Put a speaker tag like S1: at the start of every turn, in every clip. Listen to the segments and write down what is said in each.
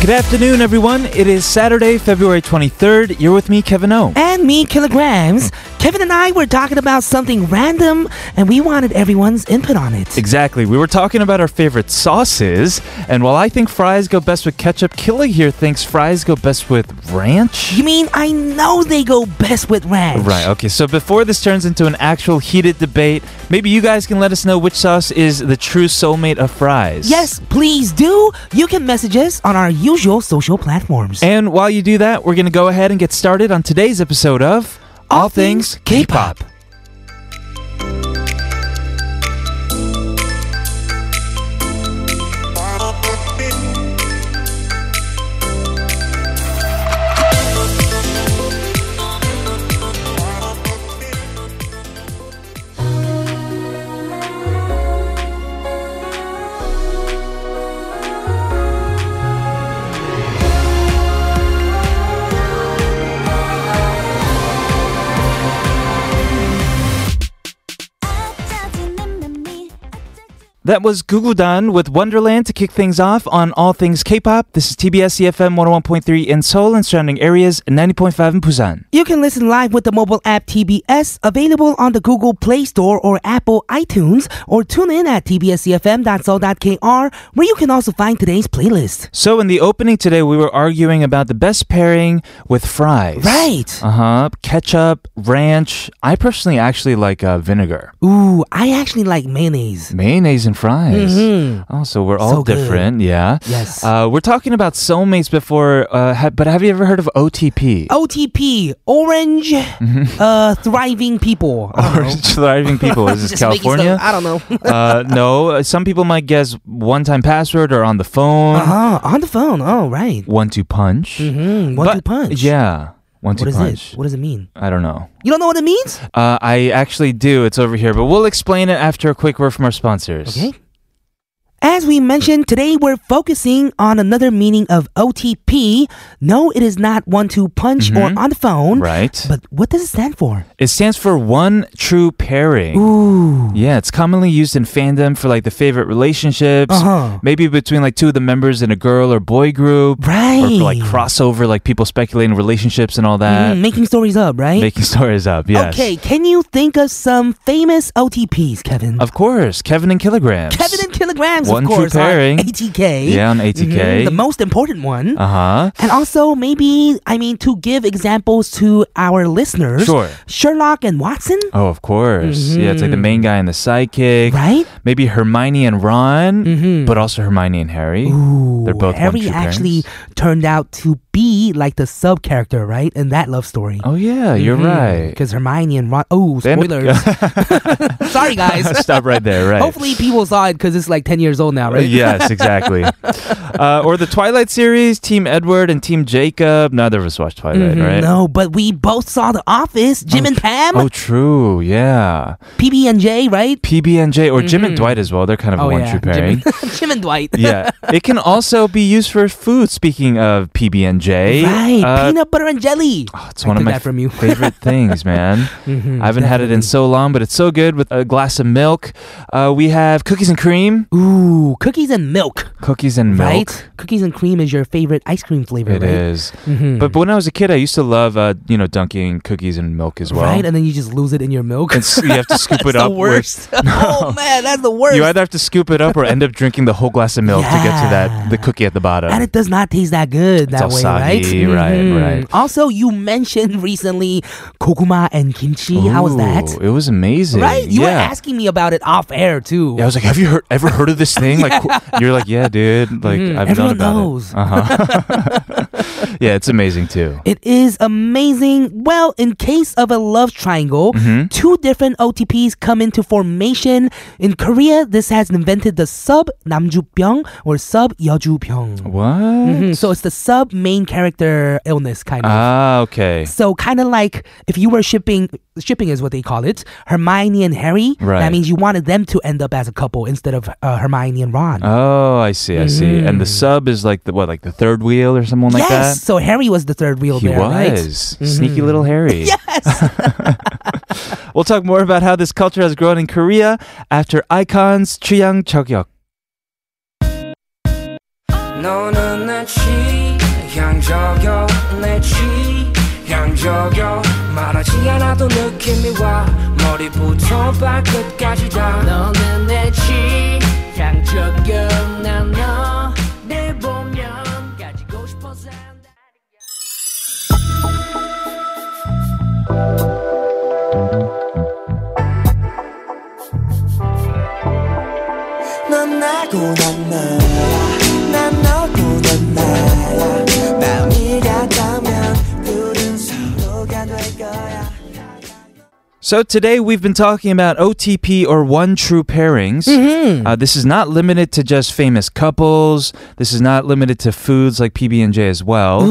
S1: Good afternoon, everyone. It is Saturday, February 23rd. You're with me, Kevin O.
S2: and me, Kilograms. Kevin and I were talking about something random, and we wanted everyone's input on it.
S1: Exactly. We were talking about our favorite sauces, and while I think fries go best with ketchup, Killa here thinks fries go best with ranch.
S2: You mean I know they go best with ranch?
S1: Right, okay, so before this turns into an actual heated debate, maybe you guys can let us know which sauce is the true soulmate of fries.
S2: Yes, please do. You can message us on our usual social platforms.
S1: And while you do that, we're going to go ahead and get started on today's episode of
S2: All Things K-Pop.
S1: That was Gugudan with Wonderland to kick things off on All Things K-Pop. This is TBS EFM 101.3 in Seoul and surrounding areas and 90.5 in Busan.
S2: You can listen live with the mobile app TBS, available on the Google Play Store or Apple iTunes, or tune in at tbscfm.so.kr, where you can also find today's playlist.
S1: So in the opening today, we were arguing about the best pairing with fries.
S2: Right.
S1: Uh-huh. Ketchup, ranch. I personally actually like uh, vinegar.
S2: Ooh, I actually like mayonnaise.
S1: Mayonnaise and fries. Oh, so we're all
S2: Mm-hmm. So good.
S1: different. Yeah.
S2: Yes.
S1: Uh, we're talking about soulmates before, uh, ha- but have you ever heard of OTP?
S2: Oh. OTP, orange,
S1: Mm-hmm.
S2: uh, thriving people. I
S1: Or
S2: don't know.
S1: thriving people. Is this
S2: Just making stuff-
S1: California?
S2: I don't know.
S1: uh, no, uh, some people might guess one time password or on the phone.
S2: uh-huh, on the phone. Oh, right.
S1: One two punch.
S2: Mm, one
S1: But-
S2: two punch.
S1: Yeah. One two
S2: What is
S1: punch.
S2: it? What does it mean?
S1: I don't know.
S2: You don't know what it means?
S1: Uh, I actually do. It's over here, but we'll explain it after a quick word from our sponsors.
S2: Okay. As we mentioned, today we're focusing on another meaning of OTP. No, it is not one two punch or on the phone.
S1: Mm-hmm. Right.
S2: But what does it stand for?
S1: It stands for one true pairing.
S2: Ooh.
S1: Yeah, it's commonly used in fandom for like the favorite relationships,
S2: Uh-huh.
S1: maybe between like two of the members in a girl or boy group,
S2: Right.
S1: or for like crossover, like people speculating relationships and all that,
S2: Mm, making stories up, right?
S1: making stories up. Yes.
S2: Okay, can you think of some famous OTPs, Kevin?
S1: Of course, Kevin and Kilograms.
S2: Kevin and kilograms,
S1: One
S2: of
S1: true
S2: course, on
S1: pairing.
S2: ATK.
S1: Yeah, on ATK.
S2: Mhm, the most important one.
S1: Uh huh.
S2: and also, maybe I mean to give examples to our listeners.
S1: Sure.
S2: Sherlock and Watson,
S1: Oh, of course. Yeah, it's like the main guy and the sidekick.
S2: Mm-hmm. right? Mm-hmm.
S1: Maybe Hermione and Ron, but also Hermione and Harry.
S2: Ooh,
S1: They're both one
S2: Harry
S1: true
S2: actually turned out to be like the sub character, right, in that love story. Mm-hmm,
S1: Oh yeah, you're right.
S2: Because Hermione and Ron. Oh,
S1: Then-
S2: spoilers! Sorry, guys.
S1: Stop right there. Right.
S2: Hopefully, people saw it because it's like ten years old now, right?
S1: yes, exactly. uh, or the Twilight series, Team Edward and Team Jacob. Neither of us watched Twilight,
S2: Mhm,
S1: right?
S2: No, but we both saw The Office, Jim and Pam,
S1: Oh, true. Yeah.
S2: PB and J, right?
S1: PB and J or Jim and Dwight as well. They're kind of a one true pairing.
S2: Mm-hmm. Oh, Jim and, Jim and Dwight.
S1: yeah. It can also be used for food. Speaking of PB and J, Uh, oh,
S2: Right, peanut butter and jelly.
S1: it's one
S2: I
S1: of
S2: took
S1: my
S2: that from you. Mm,
S1: favorite things, man. I haven't had it in so long, but it's so good with a glass of milk. Uh, we have cookies and cream,
S2: Ooh, cookies and milk,
S1: cookies and milk.
S2: right? Cookies and cream is your favorite ice cream flavor,
S1: It
S2: right? Mm-hmm.
S1: is.
S2: Mm.
S1: But, but when I was a kid, I used to love, uh, you know, dunking cookies in milk as well.
S2: Right, and then you just lose it in your milk.
S1: And so you have to scoop it
S2: That's
S1: up.
S2: the
S1: where-
S2: worst. oh man, that's the worst.
S1: You either have to scoop it up or end up drinking the whole glass of milk to get to that the
S2: Yeah.
S1: cookie at the bottom.
S2: and it does not taste that good that
S1: all
S2: way,
S1: soggy,
S2: right?
S1: right,
S2: Mhm.
S1: right.
S2: Also, you mentioned recently koguma and kimchi. How was that?
S1: Ooh, It was amazing.
S2: Right? You were
S1: yeah.
S2: asking me about it off air too.
S1: Yeah, I was like, "Have you heard, ever heard of this thing?" Like, co- you're like, "Yeah, dude. Like,
S2: Mhm.
S1: I've known
S2: Everyone
S1: about
S2: knows.
S1: it." Uh-huh. yeah, it's amazing too.
S2: It is amazing. Well, in case of a love triangle,
S1: Mm-hmm.
S2: two different OTPs come into formation. In Korea, this has invented the sub namjupyeong or sub yeojupyeong.
S1: What?
S2: Mhm, So it's the sub main character illness kind of.
S1: Oh. Ah, okay.
S2: so kind of like if you were shipping, shipping is what they call it. Hermione and Harry.
S1: Right.
S2: That means you wanted them to end up as a couple instead of uh, Hermione and Ron.
S1: Oh, I see. I see. And the sub is like the what, like the third wheel or someone like
S2: Mm-hmm. yes.
S1: that.
S2: So Harry was the third wheel
S1: He
S2: there,
S1: was
S2: right? Mm-hmm.
S1: sneaky little Harry.
S2: Yes.
S1: We'll talk more about how this culture has grown in Korea after Icons Chiang Chokyok.
S3: 너는 내 취향 향적여 내 취향적여 말하지 않아도 느낌이 와 머리부터 발끝까지 다 너는 내 취향적여 난너를 보면 가지고 싶어서
S4: 넌 나고 난 나야 난 너고 넌 나야 마음이 같다면 둘은 서로가 될 거야
S1: So today we've been talking about OTP or one true pairings.
S2: Mm-hmm.
S1: Uh, this is not limited to just famous couples. This is not limited to foods like PB and J as well.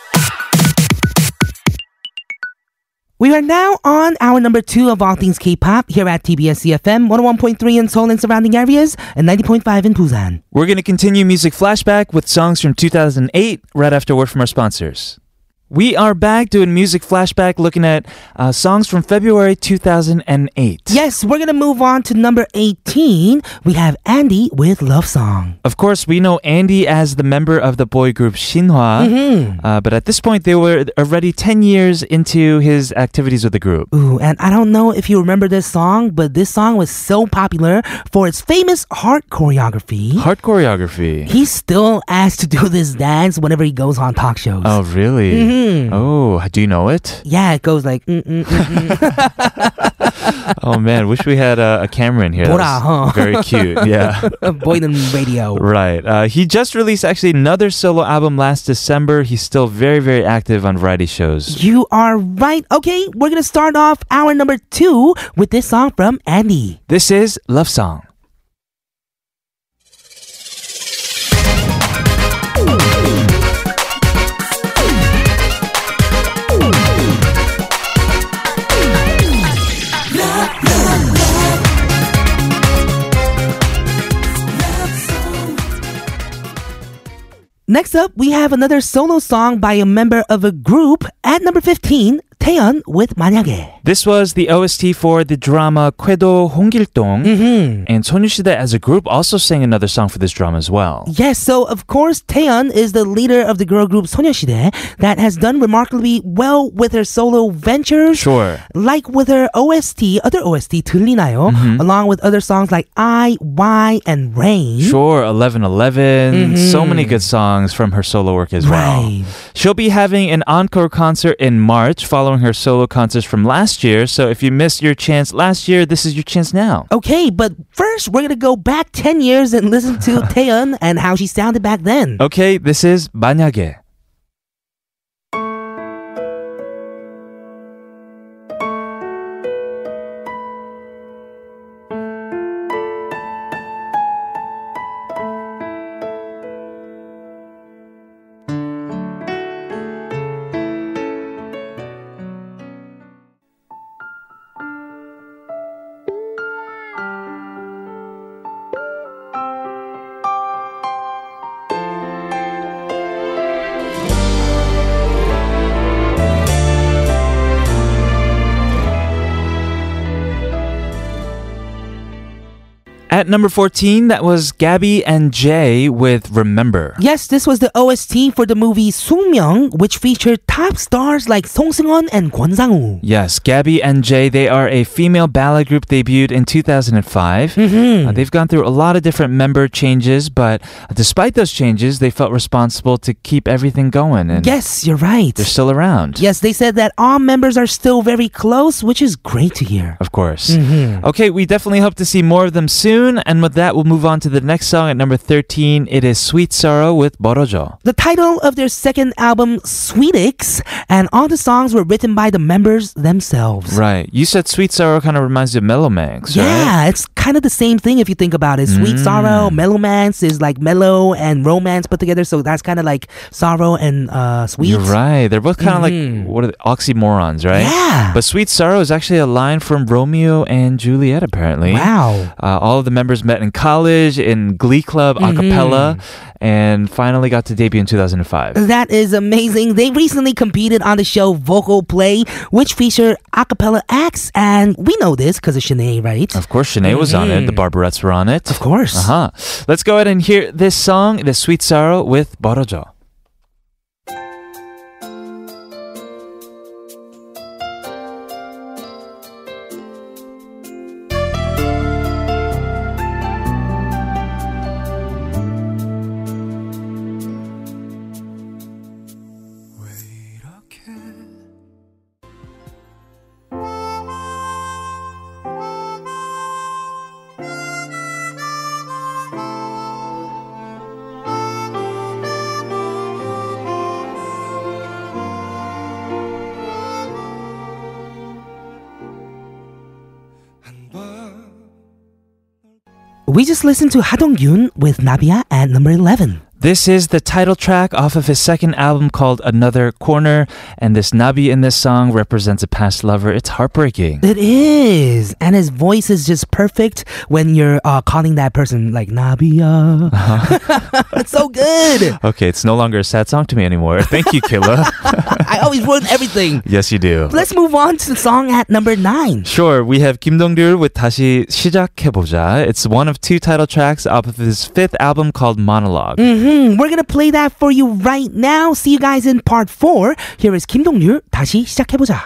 S2: We are now on our number two of all things K-pop here at TBS CFM 101.3 in Seoul and surrounding areas and 90.5 in Busan.
S1: We're going to continue Music Flashback with songs from 2008 right after a word from our sponsors. We are back doing Music Flashback looking at uh, songs from February 2008.
S2: Yes, we're gonna move on to number 18. We have Andy with Love Song.
S1: Of course, we know Andy as the member of the boy group Shinhwa,
S2: Mm-hmm.
S1: uh, but at this point, they were already 10 years into his activities with the group.
S2: Ooh, and I don't know if you remember this song, but this song was so popular for its famous heart choreography.
S1: Heart choreography.
S2: He's still asked to do this dance whenever he goes on talk shows.
S1: Oh, really?
S2: Mm-hmm.
S1: Oh, do you know it?
S2: Yeah, it goes like, mm, mm, mm, mm.
S1: Oh, man, wish we had a, a camera in here. That
S2: Bora,
S1: was
S2: huh?
S1: Very cute, yeah.
S2: Boyden Radio.
S1: Right. Uh, he just released actually another solo album last December. He's still very, very active on variety shows.
S2: You are right. Okay, we're gonna start off hour number two with this song from Andy.
S1: This is Love Song.
S2: Next up, we have another solo song by a member of a group at number 15, Taeyeon with 만약에.
S1: This was the OST for the drama Kwedo Honggiltong. Mm-hmm. And Sonushida as a group also sang another song for this drama as well.
S2: Yes, so of course, Taeyeon is the leader of the girl group 소녀시대 that has done remarkably well with her solo ventures.
S1: Sure.
S2: Like with her OST, other OST, 들리나요?
S1: Mm-hmm.
S2: Along with other songs like I, Y, and Rain.
S1: Sure, 1111. So many good songs from her solo work as
S2: Right.
S1: well. She'll be having an encore concert in March following her solo concerts from last year. So if you missed your chance last year, this is your chance now.
S2: Okay, but first, we're gonna go back 10 years and listen to Taeyeon and how she sounded back then.
S1: Okay, this is 만약에. At number 14, that was Gabby and Jay with Remember.
S2: Yes, this was the OST for the movie Sungmyeong, which featured top stars like Song Seung-won and Kwon Sang-woo.
S1: Yes, Gabby and Jay, they are a female ballet group debuted in 2005. Mm-hmm. they've gone through a lot of different member changes, but despite those changes, they felt responsible to keep everything going. And
S2: Yes, you're right.
S1: they're still around.
S2: Yes, they said that all members are still very close, which is great to hear.
S1: Of course.
S2: Mm-hmm.
S1: Okay, we definitely hope to see more of them soon. And with that, we'll move on to the next song at number 13. It is Sweet Sorrow with Borojo.
S2: The title of their second album, Sweetix, and all the songs were written by the members themselves.
S1: Right. You said Sweet Sorrow kind of reminds you of Mellow Max, right?
S2: Yeah, it's kind of the same thing if you think about it. Sweet
S1: Mm.
S2: sorrow, mellowmance is like mellow and romance put together, so that's kind of like sorrow and uh, sweet. Mm-hmm.
S1: You're right. They're both kind of like what are they, oxymorons, right?
S2: Yeah.
S1: But Sweet Sorrow is actually a line from Romeo and Juliet, apparently.
S2: Wow.
S1: Uh, all of the members met in college, in Glee Club,
S2: Mm-hmm.
S1: a cappella, and finally got to debut in 2005.
S2: That is amazing. They recently competed on the show Vocal Play, which featured a cappella acts, and we know this because of Shanae, right?
S1: Of course, Sinead was on it. The Barbarettes were on it.
S2: Mm-hmm. Of course.
S1: Uh huh. Let's go ahead and hear this song, The Sweet Sorrow with Borojo.
S2: Uh, We just listened to Hadong Yun with Nabia at number 11.
S1: This is the title track off of his second album called Another Corner, and this Nabi in this song represents a past lover. It's heartbreaking.
S2: It is. And his voice is just perfect when you're uh, calling that person like Nabia.
S1: Uh-huh.
S2: it's so good.
S1: Okay, it's no longer a sad song to me anymore. Thank you, Killa.
S2: I always ruin everything.
S1: yes, you do.
S2: Let's move on to the song at number 9.
S1: Sure, we have Kim Dong-ryul with 다시 시작해보자. It's one of two title tracks off of his fifth album called Monologue.
S2: Hmm, we're going to play that for you right now. See you guys in part 4. Here is Kim Dong-ryul 다시 시작해보자.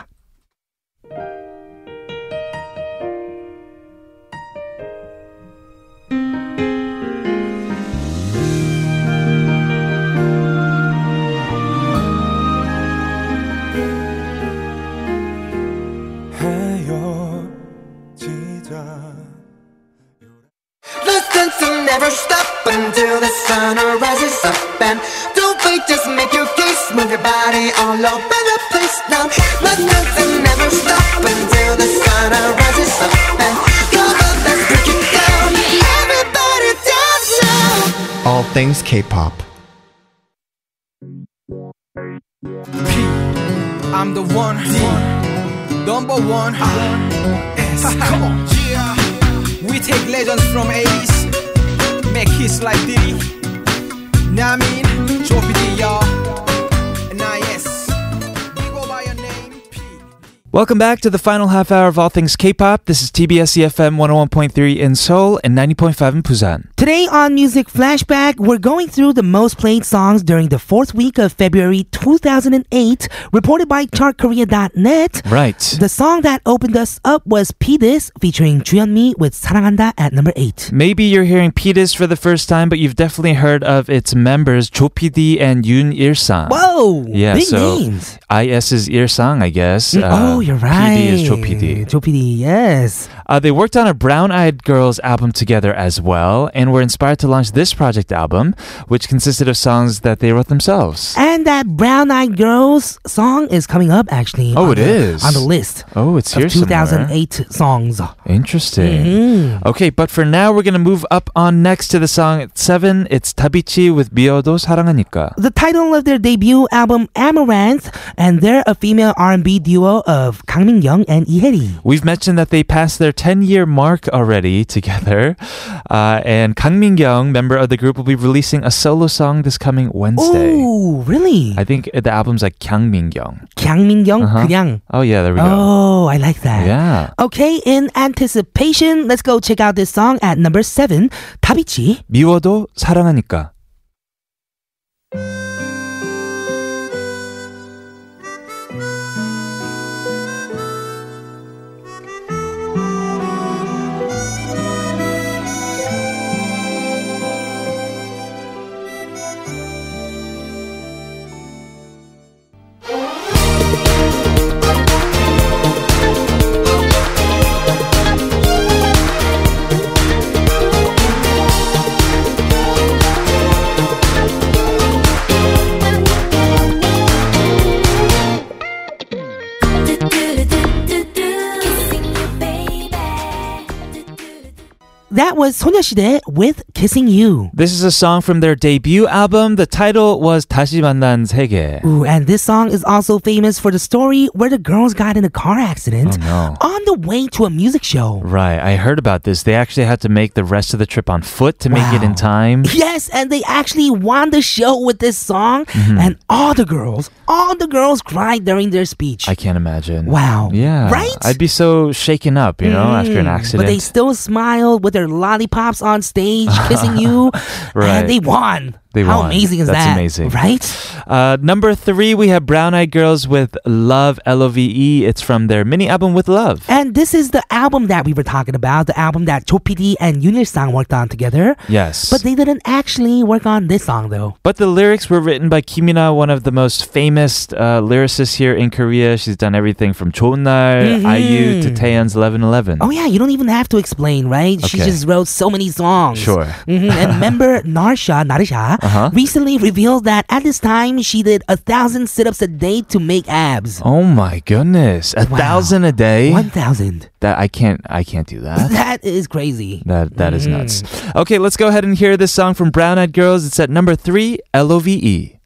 S4: Let's dance and never stop until the sun rises up and don't wait, just make your case, move your body all over the place now. Let's dance and never stop until the sun rises up and come on, let's break it down. Everybody dance now.
S5: All things K-pop.
S6: I'm the one, number one. Come on. We take legends from 80s, make hits like Diddy. Now I mean, Joby D, y'all. And I, yes, we go by your name, P.
S1: Welcome back to the final half hour of All Things K-Pop. This is TBS EFM 101.3 in Seoul and 90.5 in Busan.
S2: Today on Music Flashback, we're going through the most played songs during the fourth week of February 2008, reported by chartkorea.net.
S1: Right.
S2: The song that opened us up was P This featuring Juyeonmi with 사랑한다 at number 8.
S1: Maybe you're hearing Pitis for the first time, but you've definitely heard of its members, Jo PD and Yoon Il-sang.
S2: Whoa!
S1: Yeah,
S2: big
S1: so
S2: names.
S1: IS is Il-sang, I guess.
S2: oh, you're right.
S1: PD is Jo PD.
S2: Cho PD, yes.
S1: Uh, they worked on a Brown Eyed Girls album together as well, and were inspired to launch this project album, which consisted of songs that they wrote themselves.
S2: And that Brown Eyed Girls song is coming up actually.
S1: Oh,
S2: it
S1: it
S2: is
S1: is.
S2: on the list
S1: Oh, it's here
S2: of 2008 songs.
S1: somewhere. Interesting.
S2: Mm-hmm.
S1: Okay, but for now, we're going to move up on next to the song at 7. It's Tabichi with Biodo 사랑하니까.
S2: the title of their debut album Amaranth and they're a female R&B duo of of Kang Min Young and Ihaeri.
S1: We've mentioned that they passed their 10 year mark already together. Uh, and Kang Min Young, member of the group, will be releasing a solo song this coming Wednesday.
S2: Oh, really?
S1: I think the album's like Kyang Min Young.
S2: Kang Min Young,
S1: Uh-huh.
S2: 그냥.
S1: Oh, yeah, there we go.
S2: Oh, I like that.
S1: Yeah.
S2: Okay, in anticipation, let's go check out this song at number seven, Tabichi.
S1: 미워도 사랑하니까.
S2: That was 소녀시대 with Kissing You.
S1: This is a song from their debut album. The title was 다시 만난 세계.
S2: Ooh, and this song is also famous for the story where the girls got in a car accident
S1: Oh,
S2: on the way to a music show.
S1: Right, I heard about this. They actually had to make the rest of the trip on foot to make it in
S2: Wow.
S1: time.
S2: Yes, and they actually won the show with this song,
S1: Mm-hmm.
S2: and all the girls, all the girls cried during their speech.
S1: I can't imagine.
S2: Wow.
S1: Yeah.
S2: Right?
S1: I'd be so shaken up, you know, after an
S2: Mm,
S1: accident.
S2: But they still smiled with their lollipops on stage, kissing you.
S1: Right.
S2: And they won.
S1: They
S2: How
S1: won.
S2: amazing is
S1: That's
S2: that?
S1: amazing.
S2: Right?
S1: Uh, number three, we have Brown Eyed Girls with Love, L O V E. It's from their mini album with Love.
S2: And this is the album that we were talking about, the album that Cho PD and Yunil Sang worked on together.
S1: Yes.
S2: But they didn't actually work on this song though.
S1: But the lyrics were written by Kimina, one of the most famous uh, lyricists here in Korea. She's done everything from 좋은 날,
S2: Mhm.
S1: IU to Taeyeon's 1111.
S2: Oh yeah, you don't even have to explain, right? She
S1: Okay.
S2: just wrote so many songs.
S1: Sure.
S2: Mhm. And member Narsha Narisha
S1: Uh-huh.
S2: recently revealed that at this time she did a thousand sit-ups a day to make abs.
S1: Oh my goodness. A
S2: Wow.
S1: thousand a day?
S2: One thousand.
S1: That I can't I can't do that.
S2: That is crazy.
S1: That that
S2: Mm.
S1: is nuts. Okay, let's go ahead and hear this song from Brown Eyed Girls. It's at number three, L O V E.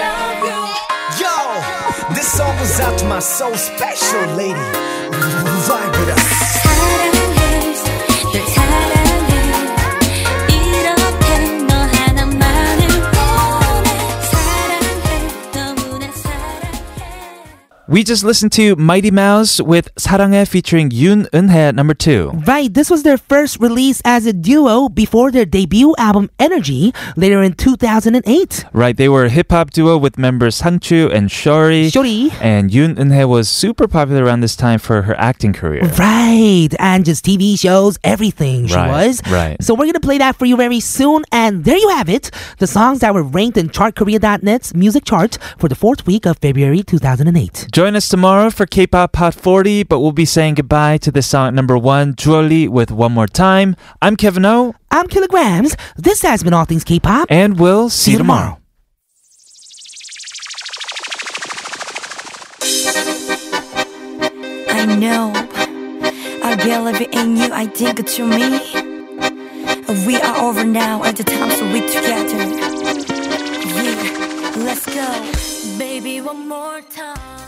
S6: Yo, this song was out to my so special lady. Vibe with us.
S1: We just listened to Mighty Mouse with 사랑해 featuring Yoon Eunhae at number two.
S2: Right, this was their first release as a duo before their debut album Energy later in 2008.
S1: Right, they were a hip hop duo with members Sangchu and Shori.
S2: Shori.
S1: And Yoon Eunhae was super popular around this time for her acting career.
S2: Right, and just TV shows, everything she
S1: Right,
S2: was.
S1: right.
S2: So we're gonna play that for you very soon, and there you have it. The songs that were ranked in ChartKorea.net's music chart for the fourth week of February 2008.
S1: Join us tomorrow for K-pop Hot 40, but we'll be saying goodbye to this song at number one, Julie with One More Time. I'm Kevin O,
S2: I'm Kilograms. This has been All Things K-pop.
S1: and we'll see, you tomorrow.
S7: I know I believe in you, I think to me We are over now at the time so we together Yeah, let's go Baby one more time